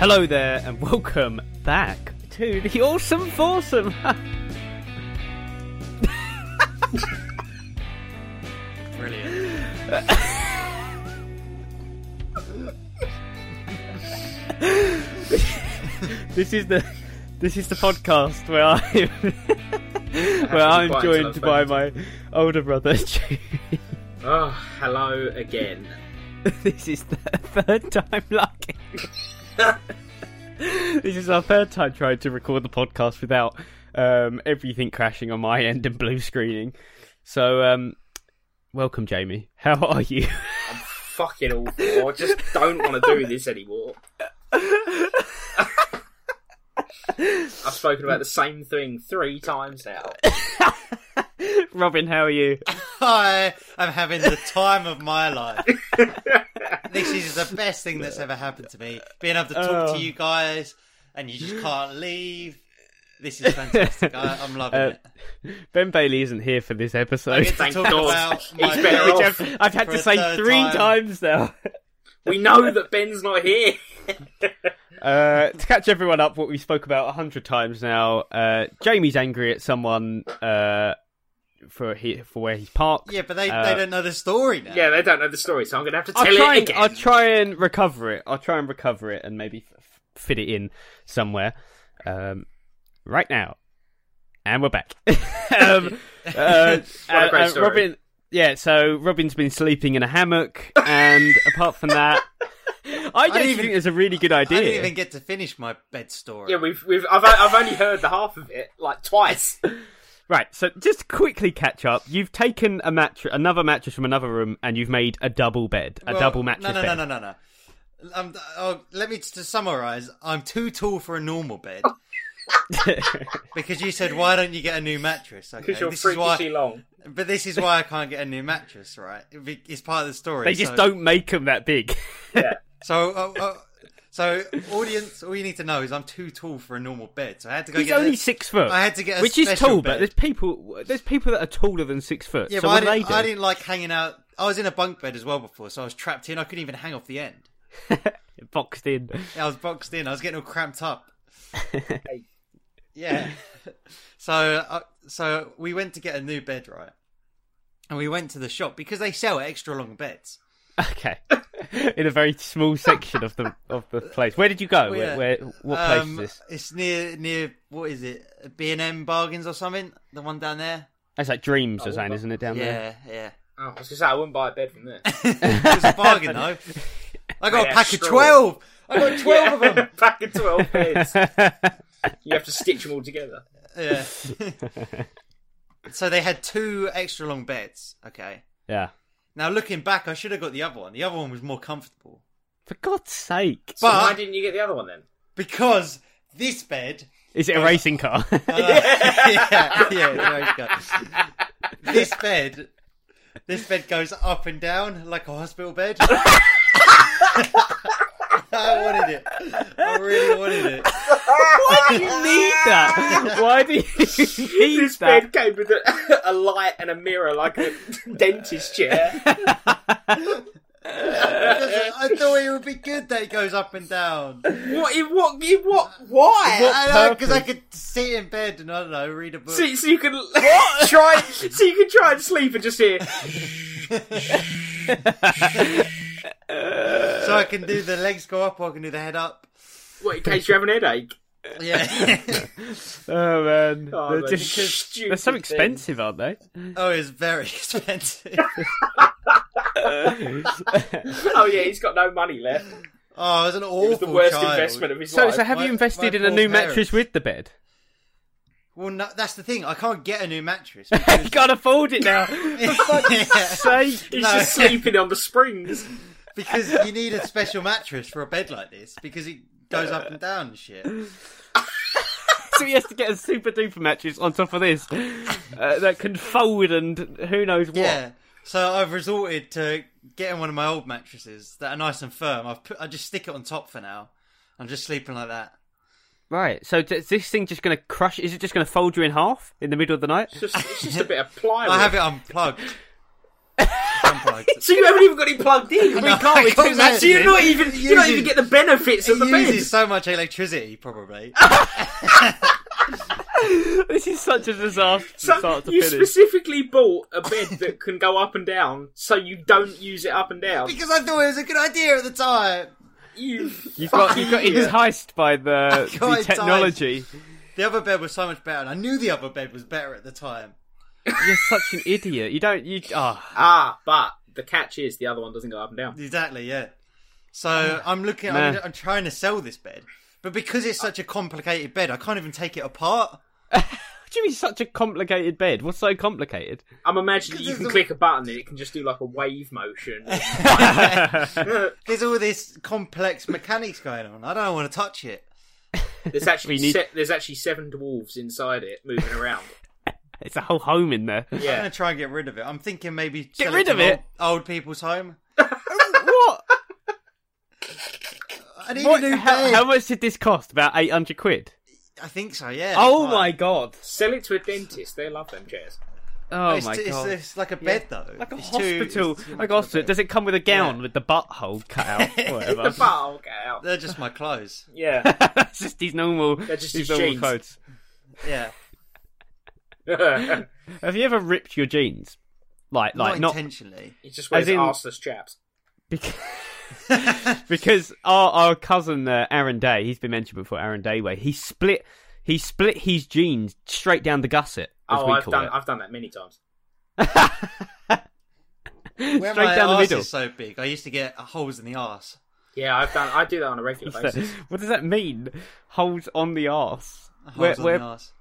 Hello there, and welcome back to the Awesome Foursome. Brilliant. this is the this is the podcast where I where Actually, I'm quite until joined by I've my older brother. Jude. Oh, hello again. this is the third time lucky. this is our third time trying to record the podcast without um, everything crashing on my end and blue screening. So, um, welcome, Jamie. How are you? I'm fucking awful. I just don't want to do this anymore. I've spoken about the same thing three times now. Robin, how are you? I am having the time of my life. this is the best thing that's ever happened to me. Being able to talk Oh. to you guys and you just can't leave. This is fantastic. I, I'm loving Uh, it. Ben Bailey isn't here for this episode. Get to thank talk God. about He's my better Which off. I've, I've had For to a say third three time. times now. We know that Ben's not here. Uh, to catch everyone up, what we spoke about a hundred times now. Uh, Jamie's angry at someone uh, for he, for where he's parked. Yeah, but they, Uh, they don't know the story now. Yeah, they don't know the story, so I'm going to have to tell I'll try it and again. I'll try and recover it. I'll try and recover it and maybe f- f- fit it in somewhere. Um, right now, and we're back. um, uh, What a great uh, story. Robin, yeah. So Robin's been sleeping in a hammock, and apart from that, I don't didn't think even- it's a really good I idea. didn't even get to finish my bed story. Yeah, we've, we've, I've, I've only heard the half of it, like, twice. Right, so just quickly catch up. You've taken a mattress, another mattress from another room, and you've made a double bed, a Well, double mattress No, no, bed. no, no, no, no. Um, oh, let me just summarise. I'm too tall for a normal bed. because you said, why don't you get a new mattress? Okay, Because you're this is freakishly why. long. But this is why I can't get a new mattress, right? It be- It's part of the story. They just so, don't make them that big. Yeah. So, uh, uh, so audience, all you need to know is I'm too tall for a normal bed. So I had to go. He's get only a, six foot. I had to get a which is special tall, but bed. there's people, there's people that are taller than six foot. Yeah, so but I what do didn't, they do? I didn't like hanging out. I was in a bunk bed as well before, so I was trapped in. I couldn't even hang off the end. Boxed in. Yeah, I was boxed in. I was getting all cramped up. yeah. So, uh, so we went to get a new bed, right? And we went to the shop because they sell extra long beds. Okay, in a very small section of the of the place. Where did you go? Well, yeah. Where, where? What Um, place is this? It's near near what is it? B and M bargains or something? The one down there. That's like Dreams or Oh, something, well, isn't it? Down there. Yeah, yeah. Oh, I was going to say, I wouldn't buy a bed from there. it was a bargain though. I got Yeah, a pack of straw. twelve. I got twelve of them. Pack of 12 beds. You have to stitch them all together. Yeah. so they had two extra long beds. Okay. yeah. Now looking back, I should have got the other one. The other one was more comfortable For God's sake, So But- why didn't you get the other one then? because this bed. is it a racing car? uh, yeah, yeah, there you go. This bed. This bed goes up and down like a hospital bed. I wanted it. I really wanted it. Why do you need that? Why do you need This that? bed came with a, a light and a mirror like a dentist chair. I thought it would be good that it goes up and down. What? In what? In what? Why? What Because I could sit in bed and I don't know, read a book. So, so you can try. So you can try and sleep and just hear. so I can do the legs go up or I can do the head up. What in case you have an headache? Yeah. Oh man, Oh, they're they're just just they're stupid so things. expensive, aren't they? oh, it's very expensive. Oh yeah, he's got no money left. Oh, it was an awful It was the worst child. investment of his so, life. so have my- you invested my in a poor new parents. mattress with the bed? Well, no, that's the thing. I can't get a new mattress. you can't afford it now. because Say he's No. just sleeping on the springs. because you need a special mattress for a bed like this because it goes up and down and shit. so he has to get a super duper mattress on top of this uh, that can fold and who knows what. Yeah. So I've resorted to getting one of my old mattresses that are nice and firm. I've put, I just stick it on top for now. I'm just sleeping like that. Right. So d- is this thing just going to crush? Is it just going to fold you in half in the middle of the night? Just, it's just a bit of plywood. I have it unplugged. unplugged. So you haven't even got it plugged in. We No, can't. I We can't do that. So you're not even you don't even uses- get the benefits of It the bed. uses so much electricity, probably. this is such a disaster from So start to you finish. specifically bought a bed that can go up and down, so you don't use it up and down. because I thought it was a good idea at the time. You You've got, you got enticed by the, I got the enticed. technology. The other bed was so much better, and I knew the other bed was better at the time. You're such an idiot. You don't. You ah. ah, but the catch is the other one doesn't go up and down. Exactly, yeah. Oh, So I'm looking, Nah. I'm, I'm trying to sell this bed, but because it's such a complicated bed, I can't even take it apart. What do you mean such a complicated bed? What's so complicated? I'm imagining you there's can a- click a button and it can just do like a wave motion. There's all this complex mechanics going on. I don't want to touch it. There's actually We need- se- there's actually seven dwarves inside it moving around. It's a whole home in there. I'm Yeah, gonna try and get rid of it. I'm thinking maybe sell rid to of an it? Old, old people's home. what? I need what? a new How, bed. how much did this cost? About eight hundred quid. I think so. Yeah. Oh Right. my god. sell it to a dentist. They love them chairs. Oh it's, my it's, god. it's like a bed though. like a It's too- it's hospital. too much like of a a hospital. bed. Does it come with a gown Yeah. with the butthole cut out? or The Whatever. bar will get out. They're just my clothes. Yeah. That's just these normal. these just his normal jeans. clothes. Yeah. it Have you ever ripped your jeans? Like, like Not, not, intentionally. just wears As in- arseless chaps. Because, because our our cousin uh, Aaron Day, he's been mentioned before. Aaron Dayway, he split he split his jeans straight down the gusset. As Oh, we I've call done it. I've done that many times. Where straight my down the arse middle. is so big, I used to get holes in the arse. Yeah, I've done. I do that on a regular basis. what does that mean? Holes on the arse. Where- Holes on where- the arse.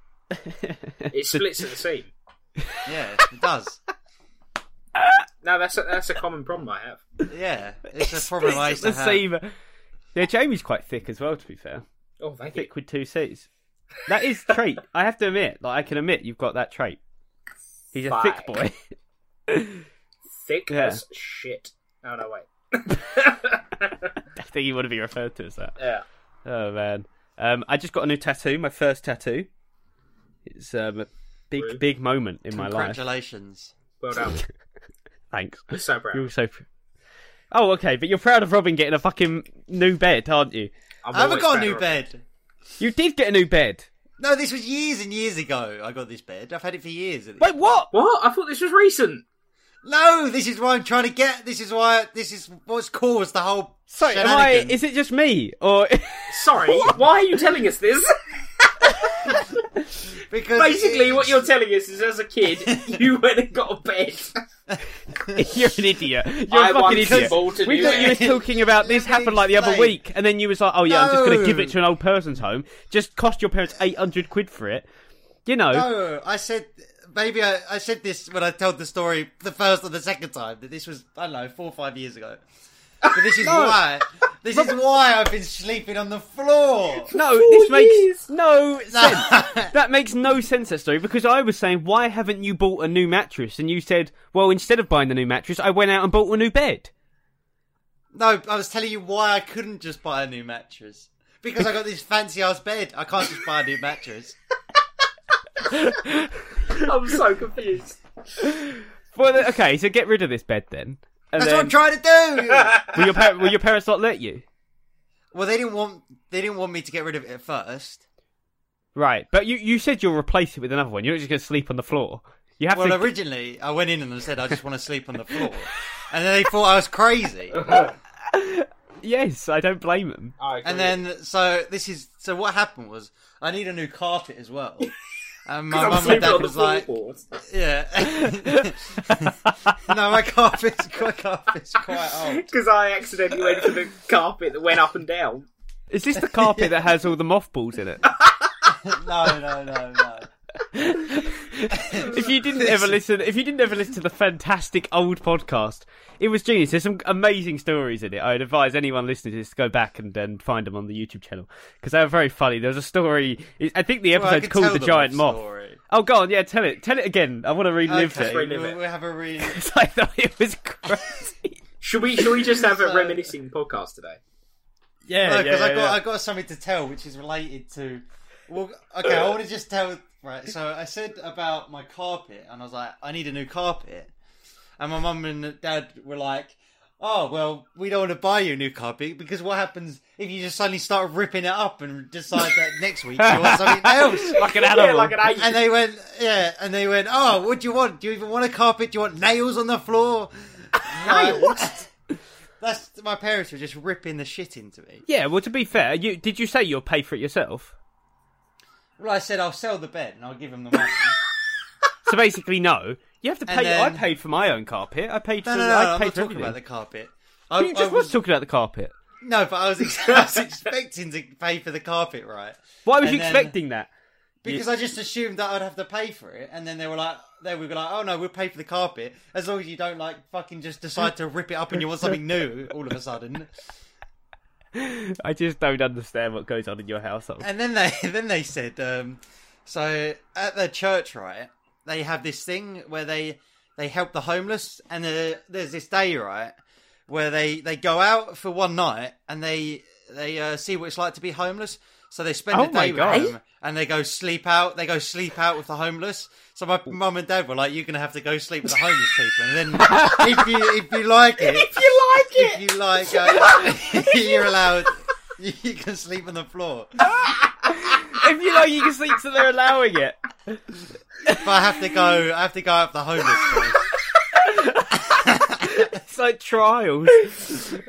It splits at the seam. Yeah, it does. No, that's a, that's a common problem I have. Yeah, it's a problem I used to the have. same. Yeah, Jamie's quite thick as well. To be fair, Oh, thank you. thick with two C's. That is trait. I have to admit. Like, I can admit you've got that trait. He's a thick Fine. boy. Thick Yeah. as shit. Oh no, wait. I think he would to be referred to as that. Yeah. Oh man, um, I just got a new tattoo. My first tattoo. It's um, a big, Rude. big moment in my life. Congratulations. Well done. Thanks. I'm so proud. You're so. pr- Oh, okay, but you're proud of Robin getting a fucking new bed, aren't you? I'm I always haven't got a proud new of- bed. You did get a new bed. No, this was years and years ago. I got this bed. I've had it for years. Wait, what? What? I thought this was recent. No, this is why I'm trying to get. This is why. This is what's caused the whole. Sorry, am I? shenanigan. Is it just me, or Sorry. Why are you telling us this? because Basically, it- what you're telling us is, as a kid, you went and got a bed. you're an idiot? You're I a fucking want idiot. people to We do thought you were that. talking about this Let me happened like the other explain. week, and then you was like, "Oh yeah, I'm just going to give No. it to an old person's home." Just cost your parents eight hundred quid for it. You know, No, I said maybe I, I said this when I told the story the first or the second time that this was I don't know four or five years ago. But this is why. This is why I've been sleeping on the floor. No, this makes years. no sense. that makes no sense, that story, because I was saying, why haven't you bought a new mattress? And you said, well, instead of buying the new mattress, I went out and bought a new bed. No, I was telling you why I couldn't just buy a new mattress because I got this fancy ass bed. I can't just buy a new mattress. I'm so confused. Well, th- okay, so get rid of this bed then. And That's then what I'm trying to do. will, your par- will your parents not let you? Well, they didn't want they didn't want me to get rid of it at first. Right, but you, you said you'll replace it with another one. You're not just going to sleep on the floor. You have Well, to. originally I went in and I said I just want to sleep on the floor, and then they thought I was crazy. Yes, I don't blame them. I agree. And then so this is so what happened was I need a new carpet as well. And my I'm mum and sleeping dad on the was like, floorboards. yeah. no, my carpet's my carpet's quite old. Because I accidentally went for the carpet that went up and down. Is this the carpet that has all the mothballs in it? No, no, no, no. if you didn't ever listen, if you didn't ever listen to the fantastic old podcast, it was genius. There's some amazing stories in it. I'd advise anyone listening to this to go back and, and find them on the YouTube channel because they were very funny. There was a story. it- I think the Well, I episode's could tell called "The them Giant the Moth." story. Oh, go on, yeah, tell it, tell it again. I want to relive Okay, it. Relive we'll, it. we'll have a re. 'Cause I thought it was crazy. Should we? Should we just have a reminiscing podcast today? yeah, No, yeah, because I yeah, got yeah. I got something to tell which is related to. Well, okay, I want to just tell. Right, so I said about my carpet, and I was like, I need a new carpet, and my mum and dad were like, "Oh well, we don't want to buy you a new carpet because what happens if you just suddenly start ripping it up and decide that next week you want something else?" like an animal. Yeah, like an ape. And they went, yeah, and they went, "Oh, what do you want? Do you even want a carpet? Do you want nails on the floor?" Nails. That's my parents were just ripping the shit into me. yeah, well, to be fair, you did you say you'll pay for it yourself? Well, I said I'll sell the bed and I'll give them the money. So basically, no. You have to And pay. I then- paid for my own carpet. I paid for. No, no, no, I I'm paid not for talking everything. about the carpet. I, You just I was talking about the carpet. no, but I was, ex- I was expecting to pay for the carpet, right? Why was And you then- expecting that? Because I just assumed that I'd have to pay for it, and then they were like, they were like, oh no, we'll pay for the carpet as long as you don't like fucking just decide to rip it up and you want something new all of a sudden. I just don't understand what goes on in your house. I'm- And then they then they said, um, so at their church, right, they have this thing where they they help the homeless, and uh, there's this day, right, where they they go out for one night and they they uh, see what it's like to be homeless. So they spend Oh a day my God. with them, and they go sleep out. They go sleep out with the homeless. So my mum and dad were like, "You're gonna have to go sleep with the homeless people, and then if you if you like it, If you like it, if you like, uh, you're allowed. You can sleep on the floor, but if you like, you can sleep, so they're allowing it. I have to go. I have to go out for the homeless first. It's like trials.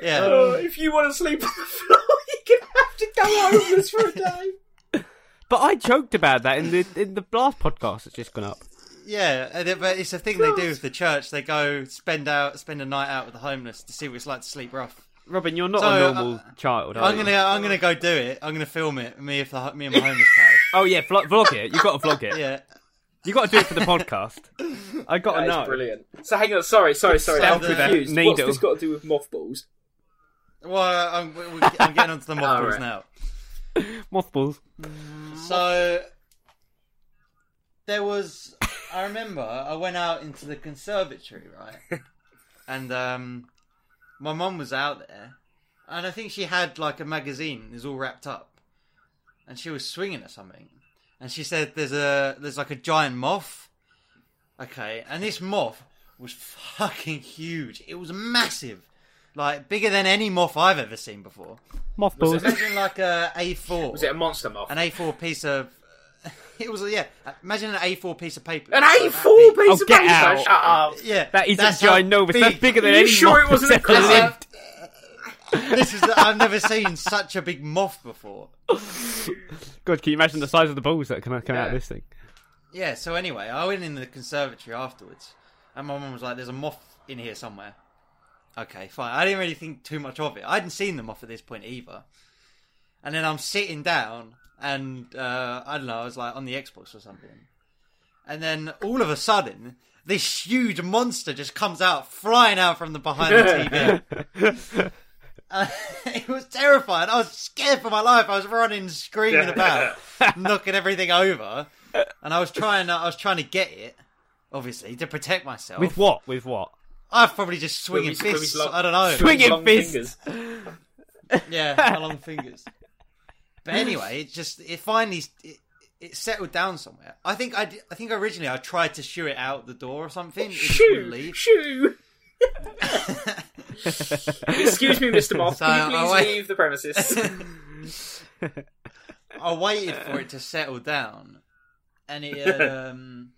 Yeah, Uh, if you want to sleep on the floor, you're gonna have to go homeless for a day. But I joked about that in the in the last podcast that's just gone up. yeah. and it- But it's a thing they do with the church. They go spend out, spend a night out with the homeless to see what it's like to sleep rough. Robin, you're not So, a uh, normal child. Are I'm you? gonna, I'm gonna go do it. I'm gonna film it. Me if the, me and my homeless pals. Oh yeah, vlog, vlog it. You've got to vlog it. Yeah. You've got to do it for the podcast. I got to That know. is brilliant. So hang on, sorry, sorry, sorry. I'm Sound with that confused. What's needle. this got to do with mothballs? Well, I'm, we- we- I'm getting onto the mothballs Alright. now. Mothballs. So there was. I remember I went out into the conservatory, right? and um, my mum was out there, and I think she had like a magazine, it was all wrapped up, and she was swinging at something, and she said, "There's a there's like a giant moth." Okay, and this moth was fucking huge. It was massive, like bigger than any moth I've ever seen before. Mothballs. Imagine like a A4 Was it a monster moth? an A4 piece of. It was yeah. Imagine an A4 piece of paper. An Like that A4 big. piece Oh, of get paper. out. Shut up. Yeah, That is a that's how ginormous. big- That's bigger than Are you any sure moth it wasn't a that's ever crescent? lived. This is. I've never seen such a big moth before. God, can you imagine the size of the balls that can come out of Yeah. this thing? Yeah. So anyway, I went in the conservatory afterwards, and my mum was like, "There's a moth in here somewhere." Okay, fine. I didn't really think too much of it. I hadn't seen the moth at this point either. And then I'm sitting down, and uh, I don't know. I was like on the Xbox or something. And then all of a sudden, this huge monster just comes out flying out from the behind the TV. Uh, it was terrifying. I was scared for my life. I was running, screaming about, knocking everything over, and I was trying. I was trying to get it, obviously, to protect myself. With what? With what? I was probably just swinging With his- with his fists. long- I don't know. Swing it, Long fist. fingers. Yeah, my long fingers. But anyway, it just it finally it, it settled down somewhere. I think I d- I think originally I tried to shoo it out the door or something. It just wouldn't Shoo! leave. Shoo! Excuse me, Mr. Moth. So, Can you I please wait- leave the premises? I waited for it to settle down, and it um,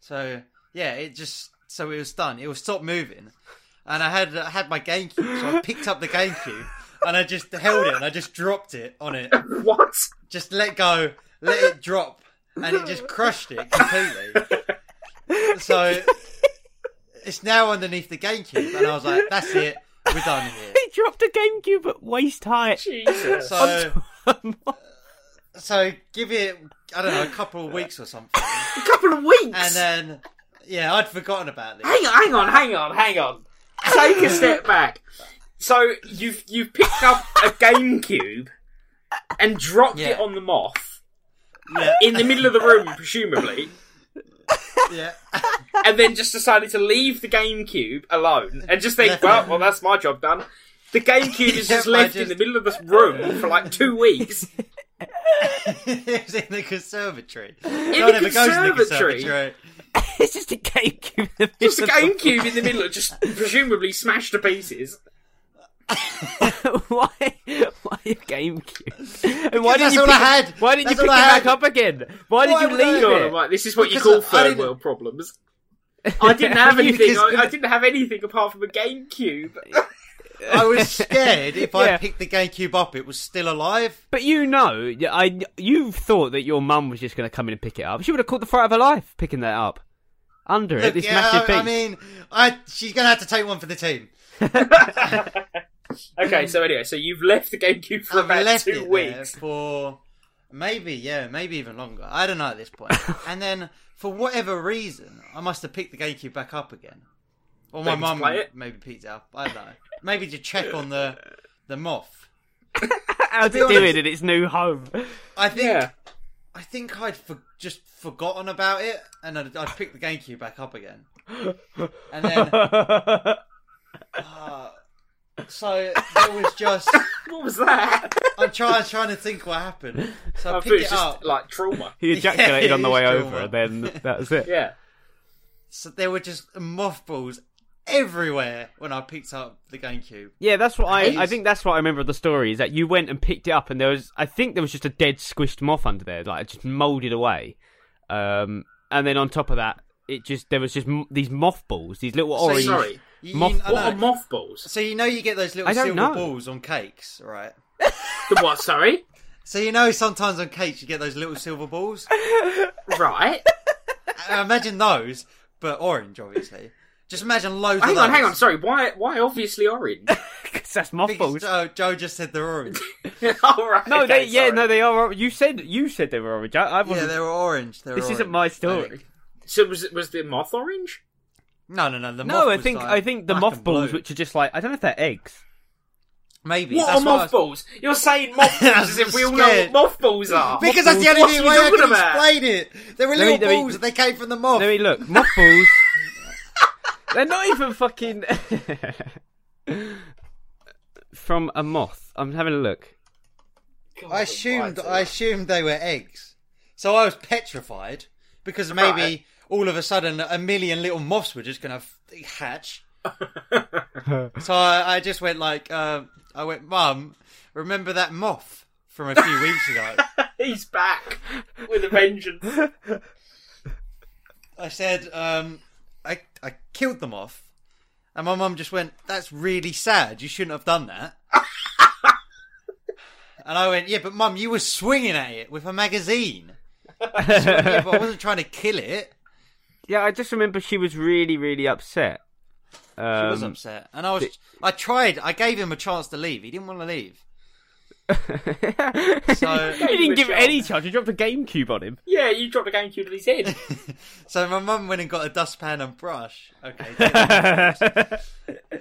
so yeah, it just so it was done. It was stopped moving, and I had I had my GameCube, so I picked up the GameCube and I just held it and I just dropped it on it, what? just let go, let it drop, and it just crushed it completely. So it's now underneath the GameCube, and I was like, that's it, we're done here. He dropped a GameCube at waist height. Jesus. So. So give it, I don't know, a couple of weeks or something. a couple of weeks. And then, yeah, I'd forgotten about this. hang on, hang on, hang on, hang on. Take a step back. So you've you've picked up a GameCube and dropped it Yeah. on the moth Yeah, in the middle of the room, presumably, yeah. and then just decided to leave the GameCube alone and just think, Left well, it. well, that's my job done. The GameCube is just Yeah, I left in just- the middle of this room for like two weeks. it was in the conservatory. In the conservatory? it's just a GameCube. in the Just a middle of- GameCube in the middle, just presumably smashed to pieces. why? Why a GameCube? And why did that's you all pick I had. It, why did you That's pick it all I back had. up again? Why did Why you would I leave do God, I'm it? like, this is what you Because call I third didn't- world problems. I didn't have Are you anything. just I, I gonna- didn't have anything apart from a GameCube. I was scared if Yeah. I picked the GameCube up, it was still alive. But you know, I you thought that your mum was just going to come in and pick it up. She would have caught the fright of her life picking that up under it. Look, This yeah, massive I, piece. I mean, I, she's going to have to take one for the team. Okay, so anyway, so you've left the GameCube for I've about left two it there weeks. for maybe, yeah, maybe even longer. I don't know at this point. and then, for whatever reason, I must have picked the GameCube back up again, or my Maybe to mum play it? maybe picked it up. I don't know. Maybe to check on the the moth. How's be it doing honest- in its new home? I think Yeah. I think I'd for- just forgotten about it, and I'd, I'd picked the GameCube back up again, and then. uh, so it was just. What was that? I'm trying, trying to think what happened. So I I thought picked it was it just up. like trauma. he ejaculated Yeah, on the it way is over, and trauma. then that's it. Yeah. So there were just mothballs everywhere when I picked up the GameCube. Yeah, that's what I. I Jeez. think that's what I remember of the story is that you went and picked it up, and there was. I think there was just a dead squished moth under there, like just molded away. Um, and then on top of that, it just there was just m- these mothballs, these little So you- orange. sorry. You, Mothball. I know. What are mothballs? so you know you get those little I don't silver know. balls on cakes, right? The what? Sorry. So you know sometimes on cakes you get those little silver balls. Right. I imagine those, but orange, obviously. Just imagine loads of Hang those. on, hang on. Sorry. Why? Why obviously orange? 'Cause that's Because mothballs. Joe, Joe just said they're orange. All right. no, okay, they. Yeah, sorry. no, they are. or- You said you said they were orange. I, I yeah, wasn't. they were orange. They were this isn't orange, my I think. story. So was was the moth orange? No, no, no. The moth No, I was think like I think the black and mothballs, blue. which are just like I don't know if they're eggs. maybe What that's are what I was- mothballs? You're saying mothballs as if we all know what Scared. mothballs are. Because that's the What only are way you I talking can about? explain it. There were Let me- little let me- balls that they came from the moth. I mean, look, mothballs. they're not even fucking from a moth. I'm having a look. Oh, God I assumed almighty. I assumed they were eggs. So I was petrified because maybe Right. all of a sudden a million little moths were just going to hatch. so I, I just went like, uh, I went, Mum, remember that moth from a few weeks ago? He's back with a vengeance. I said, um, I I killed the moth, and my mum just went, "That's really sad. You shouldn't have done that." and I went, "Yeah, but mum, you were swinging at it with a magazine. Yeah, but I wasn't trying to kill it." Yeah, I just remember she was really, really upset. She was Um, upset, and I was. I tried. I gave him a chance to leave. He didn't want to leave. So, you didn't give Michelle. any charge. You dropped a GameCube on him. Yeah, you dropped a GameCube on his head. so my mum went and got a dustpan and brush. Okay. take that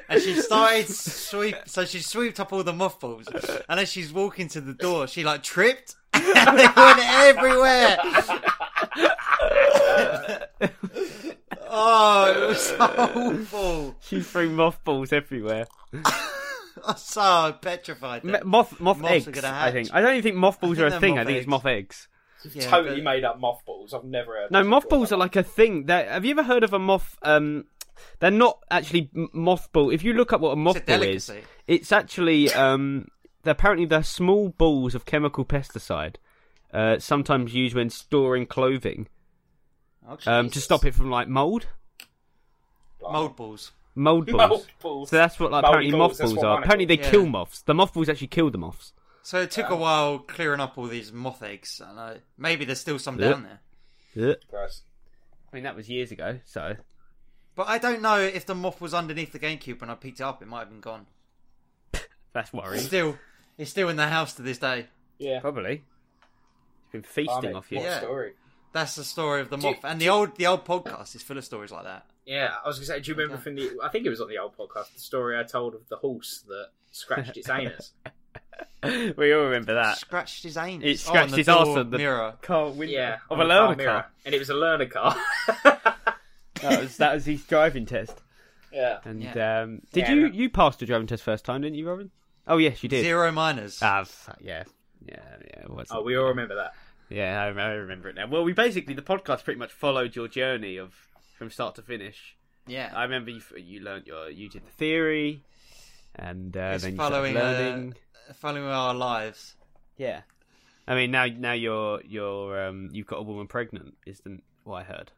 and she started sweep. So she sweeped up all the mothballs, and as she's walking to the door, she like tripped, and they went everywhere. oh, it was so awful. she threw mothballs everywhere. I was so petrified. M- moth, moth Moths are eggs. gonna I think. hatch. I don't even think mothballs I think are a they're thing. I moth think it's eggs. moth eggs. Yeah, totally but- made up mothballs. I've never heard. No, mothballs are like a thing. They're, have you ever heard of a moth? Um, they're not actually m- mothball. If you look up what a mothball is, delicacy. it's actually um, they're, apparently they're small balls of chemical pesticide, uh, sometimes used when storing clothing Okay. um, to stop it from like mold, mold balls. mold balls. mothballs. So that's what like, Moldy apparently balls, that's mothballs what are. mine are Apparently they called. kill Yeah. moths. The mothballs actually kill the moths. So it took a while clearing up all these moth eggs, and I, maybe there's still some Yeah. down there. Ugh. Gross. I mean that was years ago, so But I don't know if the moth was underneath the GameCube when I picked it up. It might have been gone. that's worrying. Still, it's still in the house to this day. Yeah. Probably. It's been Blimey, feasting off you. What Yeah. a story. That's the story of the Do you- moth, and the old the old podcast is full of stories like that. Yeah, I was gonna say. Do you remember Okay. from the? I think it was on the old podcast. The story I told of the horse that scratched its anus. we all remember that. Scratched his anus. Uh, It Oh, scratched on the his door arse on the mirror. car window Yeah, of a on car learner mirror. car. and it was a learner car. That was that was his driving test. yeah. And Yeah. um, did Yeah, you no. you passed the driving test first time, didn't you, Robin? Oh yes, you did. Zero minors. Ah, fuck, yeah, yeah, yeah. What's Oh, we all remember that. Yeah, I, I remember it now. Well, we basically the podcast pretty much followed your journey of from start to finish. Yeah. I remember you, you learned your you did the theory, and uh, It's then you following, started learning. Uh, Following our lives. Yeah, I mean now now you're you're um you've got a woman pregnant, isn't what I heard?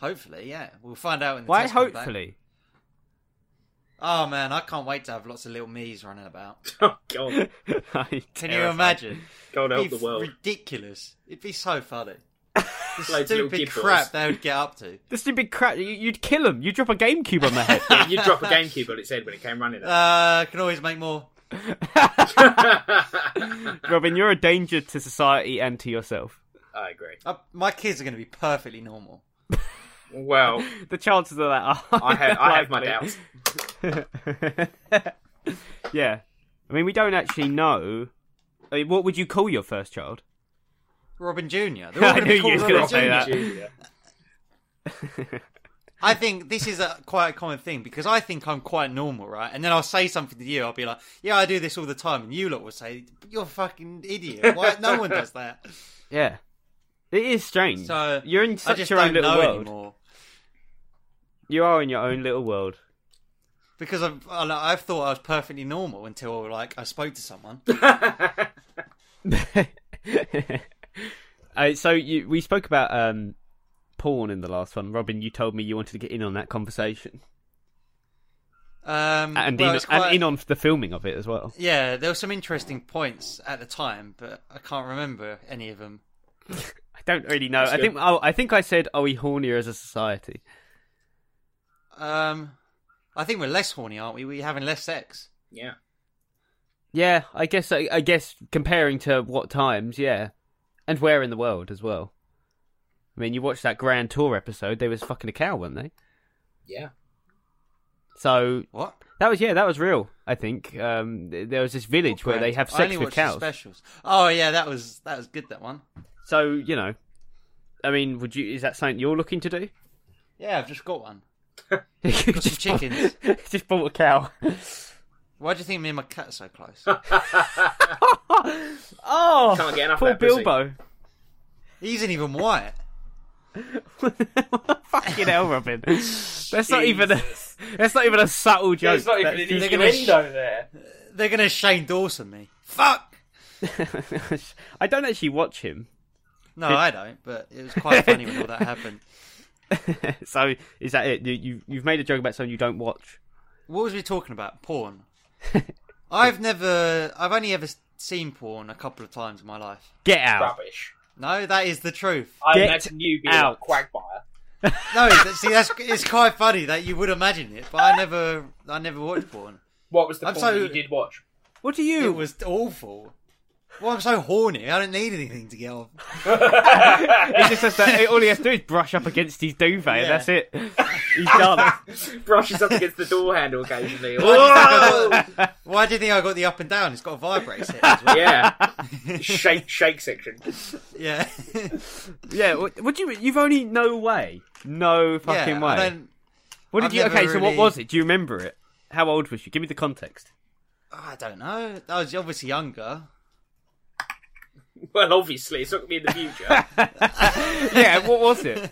Hopefully, yeah. We'll find out in the Why test comeback. hopefully? Oh man, I can't wait to have lots of little me's running about. Oh god, I'm Can you terrified. imagine? god help It'd the be world. ridiculous. It'd be so funny. The Loads of little stupid kid boys. crap they would get up to. The stupid crap! you- You'd kill him. You'd drop a GameCube on their head. Yeah, you drop a GameCube on its head when it came running. at Uh, can always make more. Robin, you're a danger to society and to yourself. I agree. Uh, my kids are going to be perfectly normal. Well, The chances of that are. I have, I have my doubts. doubts. yeah, I mean, we don't actually know. I mean, what would you call your first child? Robin Jr. They're all I gonna knew be you called was gonna Robin say Jr.. that. Junior. I think this is a quite a common thing because I think I'm quite normal, right? And then I'll say something to you. I'll be like, "Yeah, I do this all the time," and you lot will say, "You're a fucking idiot. Why? No one does that." Yeah, it is strange. So, you're in I such just your own don't little know world. anymore You are in your own little world. because I've I- like, I've thought I was perfectly normal until like I spoke to someone. Uh, so you, we spoke about um, porn in the last one. Robin, you told me you wanted to get in on that conversation Um, and, well, in, it's quite- and in on the filming of it as well. Yeah, there were some interesting points at the time, but I can't remember any of them. I don't really know. I think oh, I think I said, "Are we hornier as a society?" Um, I think we're less horny, aren't we? We're having less sex. Yeah. Yeah, I guess I, I guess comparing to what times, yeah, and where in the world as well. I mean, you watched that Grand Tour episode; they was fucking a cow, weren't they? Yeah. So What? that was yeah, that was real. I think um, th- there was this village where they Grand- have I sex only with watched the cows. specials. Oh yeah, that was that was good. That one. So you know, I mean, would you? Is that something you're looking to do? Yeah, I've just got one. You Got some just bought- chickens. just bought a cow. Why do you think me and my cat are so close? Oh, Can't get enough of poor that pussy. Bilbo. he isn't even white. Fucking hell, Robin. That's not even a. That's not even a subtle joke. There's not even That's an just- gonna sh- innuendo there. They're gonna Shane Dawson me. Fuck. I don't actually watch him, No, I don't. But it was quite funny when all that happened. so is that it? You, you you've made a joke about something you don't watch. What was we talking about? Porn. I've never. I've only ever seen porn a couple of times in my life. Get out. Rubbish. No, that is the truth. I Get imagine you being out. a quagmire. No, that- see, that's it's quite funny that you would imagine it, but I never, I never watched porn. What was the I'm point so- that you did watch? What do It you? was awful. Well, I'm so horny. I don't need anything to get off. He just has to, all he has to do is brush up against his duvet, and that's it. He's done. Brushes up against the door handle occasionally. Why do, you think I got, why do you think I got the up and down? It's got a vibrate set. As well. yeah. Shake, shake section. Yeah, yeah. What, what do you? You've only no way. No yeah. fucking I way. don't- What did I've you? never Okay, so what really- was it? Do you remember it? How old was you? Give me the context. oh, I don't know. I was obviously younger. Well, obviously, it's not going to be in the future. yeah, what was it?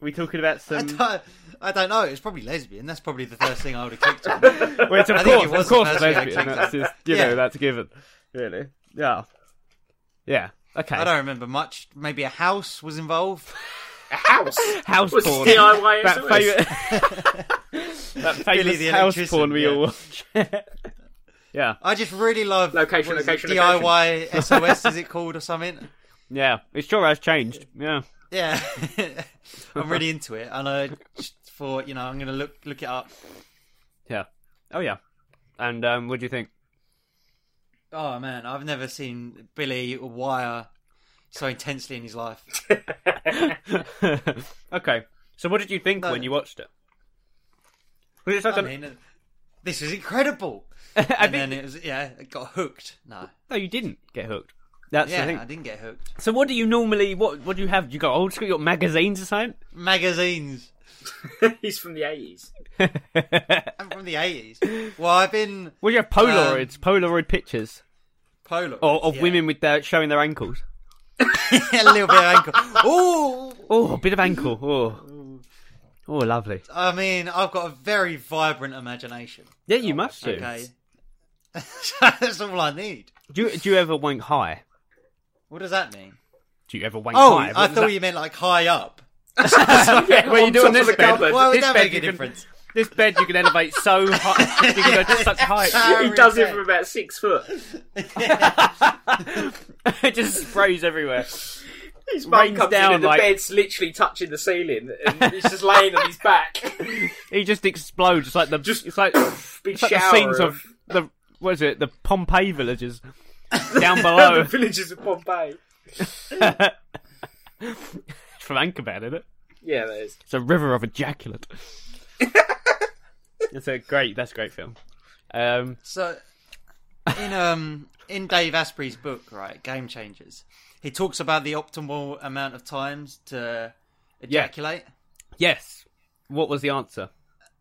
we talking about I Mm. some? don't, I don't know. It was probably lesbian. That's probably the first thing I would have clicked on. Well, it's of I think course, it of was course, the first lesbian. reaction. That's just, you Yeah. know, that's a given. Really? Yeah. Yeah. Okay. I don't remember much. Maybe a house was involved. A house. House Was porn. DIY That SOS. famous, that famous the house electrician, porn we all yeah. watch. yeah. I just really love Location, what is it, location, DIY SOS is it called or something? Yeah. It sure has changed. Yeah. Yeah, I'm really into it, and I just thought you know I'm gonna look look it up. Yeah. Oh, yeah. And um, what do you think? Oh man, I've never seen Billy Wire so intensely in his life. okay. So, what did you think No. when you watched it? Was it like Uh, I an- mean, this is incredible. I And think then it was yeah, it got hooked. No, no, you didn't get hooked. That's the yeah, thing. I didn't get hooked. So what do you normally what what do you have? You got old school, you got magazines or something? Magazines. He's from the 80s. I'm from the 80s. Well, I've been What do you have? Polaroids, Polaroid pictures Polaroid. Um, or Oh, of yeah. women with their showing their ankles. a little bit of ankle. Ooh, Oh, a bit of ankle. Oh, Oh, lovely. I mean, I've got a very vibrant imagination. Yeah, you must do. Okay, that's all I need. Do you, do you ever wank high? What does that mean? Do you ever wank Oh, high? What I does thought that- you meant like high up. yeah, what are you on doing top of this the bed? cupboard. Why would this that bed make a you can- difference? This bed you can elevate so high, you can go to such height. Um, He does it from about six foot. it just sprays everywhere. His mum Rains comes down in and the like- bed's literally touching the ceiling, and he's just laying on his back. He just explodes. It's like the Just- it's like, it's Big like the shower scenes of of the what is it? The Pompeii villages down below the villages of Pompeii. from Anchorman, isn't it? Yeah, that is. It's a river of ejaculate. it's a great. That's a great film. Um, So, in um in Dave Asprey's book, right, Game Changers, he talks about the optimal amount of times to ejaculate. yes. What was the answer?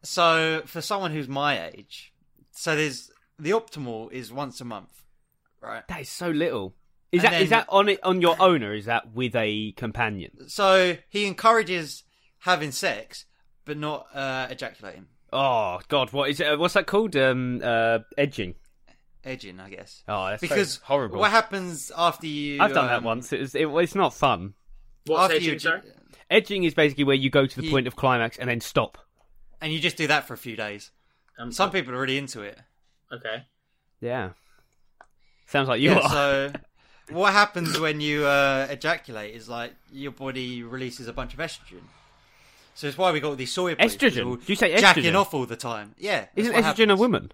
So, for someone who's my age, so there's the optimal is once a month, right? That is so little. Is And that is then- that on it on your own or is that with a companion? So he encourages having sex, but not uh, ejaculating, Oh God, what is it? What's that called? Um, uh, edging. edging, I guess. Oh, that's so because horrible. What happens after you? I've done that um, once. It's it, it's not fun. What's after you edging, eja- sorry? Edging is basically where you go to the You- point of climax and then stop. and you just do that for a few days. Um, Some people are really into it. Okay. Yeah. Sounds like you Yeah, are. so what happens when you uh, ejaculate is like your body releases a bunch of estrogen. So it's why we got all these soy boys, 'cause Estrogen? they're all Do you say estrogen? Jacking off all the time. Yeah. that's Isn't estrogen what a happens. woman?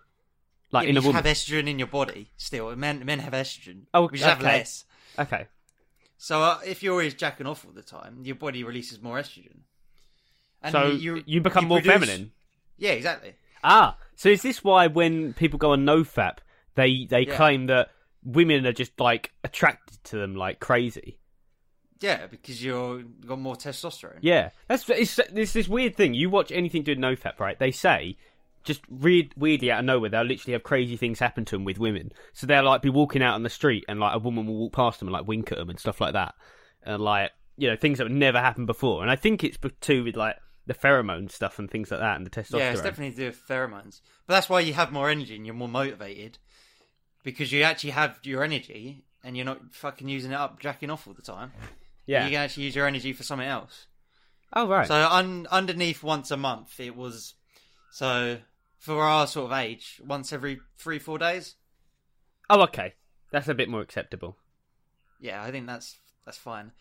Like Yeah, in but a you woman. have estrogen in your body still. Men men have estrogen. Oh, we just have okay. less. Okay. So uh, if you're always jacking off all the time, your body releases more estrogen. And so you, become more produce- feminine. Yeah, exactly. Ah, so is this why when people go on nofap, they they Yeah. claim that women are just like attracted to them like crazy? Yeah, because you're got more testosterone. Yeah, that's it's, it's this weird thing. You watch anything doing nofap, right? They say just weird, weirdly out of nowhere, they'll literally have crazy things happen to them with women. So they'll like be walking out on the street, and like a woman will walk past them and like wink at them and stuff like that, and like you know things that would never happened before. And I think it's be- too with like the pheromone stuff and things like that, and the testosterone. Yeah, it's definitely to do with pheromones. But that's why you have more energy and you're more motivated because you actually have your energy and you're not fucking using it up jacking off all the time. yeah. You can actually use your energy for something else. Oh right. So un- underneath once a month, it was so for our sort of age, once every three four days. oh okay, that's a bit more acceptable. Yeah, I think that's that's fine.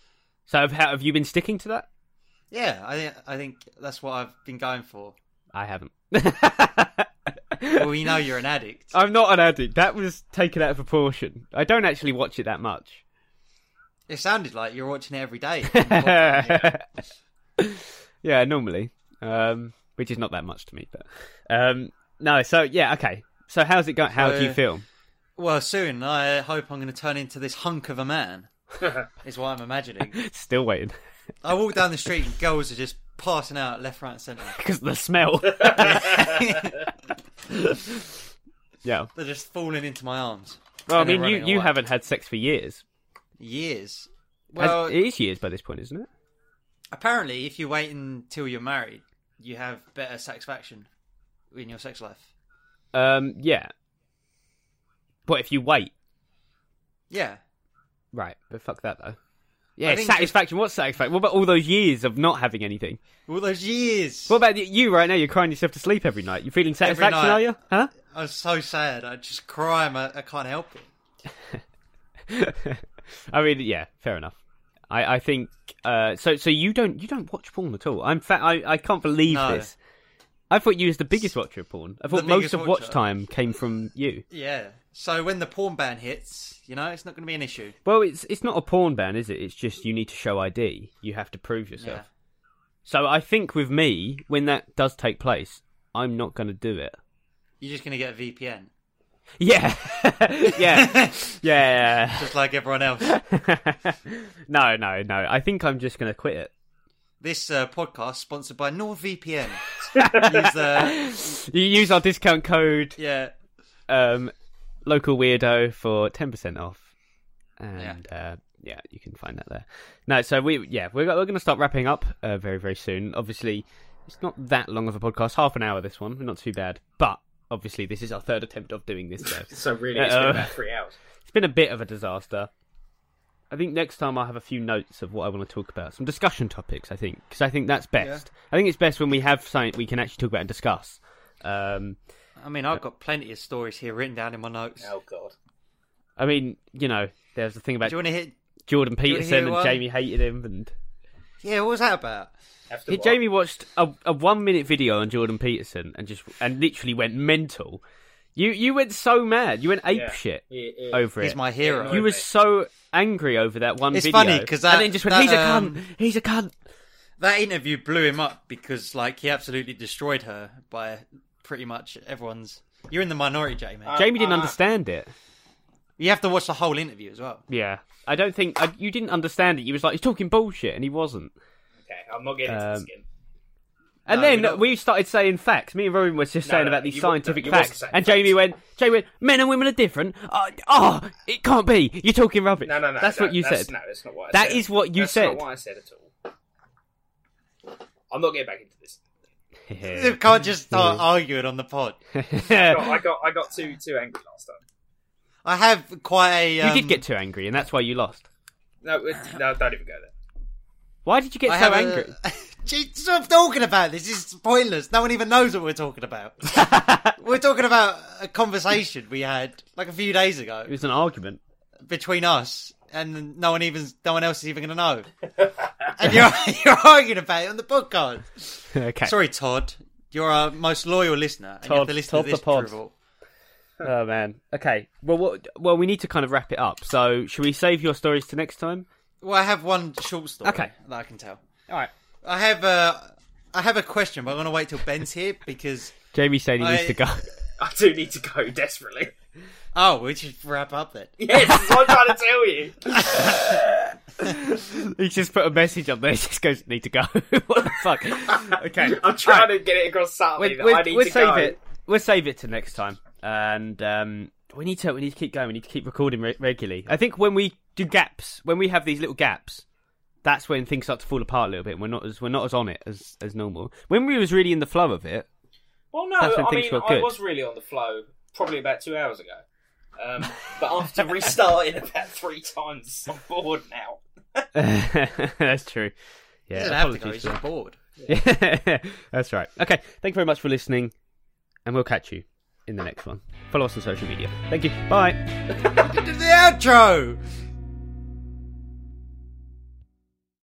So have, have you been sticking to that? Yeah, I think I think that's what I've been going for. I haven't. Well, we know you're an addict. I'm not an addict. That was taken out of proportion. I don't actually watch it that much. It sounded like you're watching it every day. yeah, normally, um, which is not that much to me, but um, no. So yeah, okay. So how's it going? How do you So- feel? Well, soon I hope I'm going to turn into this hunk of a man. is what I'm imagining. Still waiting I walk down the street and girls are just passing out left, right, and centre. because the smell. yeah. They're just falling into my arms. Well, I And they're mean, you running you away. haven't had sex for years. years. Has- Well, it is years by this point, isn't it? apparently, if you wait until you're married, you have better satisfaction in your sex life. Um, yeah. But if you wait, Yeah, right? But fuck that though. Yeah, think satisfaction. What's satisfaction? What about all those years of not having anything? all those years. What about you right now? You're crying yourself to sleep every night. You feeling satisfaction, night. are you? Huh? I was so sad. I just cry. I, I can't help it. I mean, yeah, fair enough. I, I think uh, so. So you don't you don't watch porn at all. I'm fa- I I can't believe No. this. I thought you was the biggest watcher of porn. I thought most biggest of watch watcher. time came from you. Yeah. So when the porn ban hits, you know, it's not going to be an issue. Well, it's it's not a porn ban, is it? It's just you need to show ID. You have to prove yourself. Yeah. So I think with me, when that does take place, I'm not going to do it. You're just going to get a VPN, Yeah, yeah, yeah. just like everyone else. no, no, no. I think I'm just going to quit it. this uh, podcast sponsored by NordVPN. Use, uh, You use our discount code yeah. um, local weirdo for ten percent off, and Yeah. yeah. Uh, yeah, you can find that there. No, so we yeah we're, we're going to start wrapping up uh, very very soon. Obviously, It's not that long of a podcast, half an hour this one, not too bad. But obviously, this is our third attempt of doing this, so So really, it's been Uh-oh. about three hours. it's been a bit of a disaster. I think next time I'll have a few notes of what I want to talk about, some discussion topics. I think because I think that's best. I think it's best when we have something we can actually talk about and discuss. Um, I mean, I've got plenty of stories here written down in my notes. Oh god. I mean, you know, there's the thing Do about you want to hit? Jordan you wanna hear Peterson and one? Jamie hated him, and Yeah, what was that about? After Yeah, what? Jamie watched a, a one minute video on Jordan Peterson and just and literally went mental. You you went so mad, you went ape Yeah. shit Yeah, yeah. over He's it. my hero. you were so angry over that one It's video. funny, 'cause that- and then just went, he's that, a cunt, um, he's a cunt. That interview blew him up because, like, he absolutely destroyed her by pretty much everyone's. You're in the minority, Jamie. Jamie didn't uh, understand it. you have to watch the whole interview as well. Yeah, I don't think I, you didn't understand it. You was like, he's talking bullshit, and he wasn't. Okay, I'm not getting into this Um, again. And No, then we don't- we started saying facts. Me and Robin were just No, saying no, about these you wa- scientific no, you wasn't facts. saying And facts. Jamie went, Jamie went, men and women are different. Uh, oh, it can't be. You're talking rubbish. No, no, no. That's no, what you that's, said. No, that's not what I That said. is what you that's said. not what I said at all. I'm not getting back into this. You can't just uh, start arguing on the pod. No, I got I got too too angry last time. I have quite a. You Um, did get too angry, and that's why you lost. No, it- no, don't even go there. Why did you get I so have a- angry? Gee, Stop talking about this. It's pointless. No one even knows what we're talking about. we're talking about a conversation we had like a few days ago It was an argument. between us, and no one even no one else is even going to know. and you're you're arguing about it on the podcast. okay. Sorry, Todd. You're our most loyal listener, and you Todd- have to listen Todd to the this pod. drivel. Oh man. Okay. Well, what, well, we need to kind of wrap it up. So, should we save your stories to next time? Well, I have one short story. Okay. that I can tell. All right. I have a I have a question, but I'm going to wait till Ben's here because Jamie said he needs I- to go. I do need to go desperately. oh, we should wrap up then. Yes, that's what I'm trying to tell you. he just put a message on there. He just goes, "Need to go." what the fuck? Okay. I'm trying to get it across subtly We'll, that we'll- I need we'll to save go. it. We'll save it to next time. And um, we need to. We need to keep going. We need to keep recording re- regularly. I think when we do gaps, when we have these little gaps, that's when things start to fall apart a little bit. And we're not as we're not as on it as as normal. When we was really in the flow of it, Well, no, That's when I things mean, were I good. was really on the flow probably about two hours ago. Um, but after restarting about three times, I'm bored now. that's true. Yeah, He doesn't have to go. apologies He's for just bored. that. that's right. Okay, thank you very much for listening, and we'll catch you in the next one. Follow us on social media. Thank you. Bye. Get to the outro.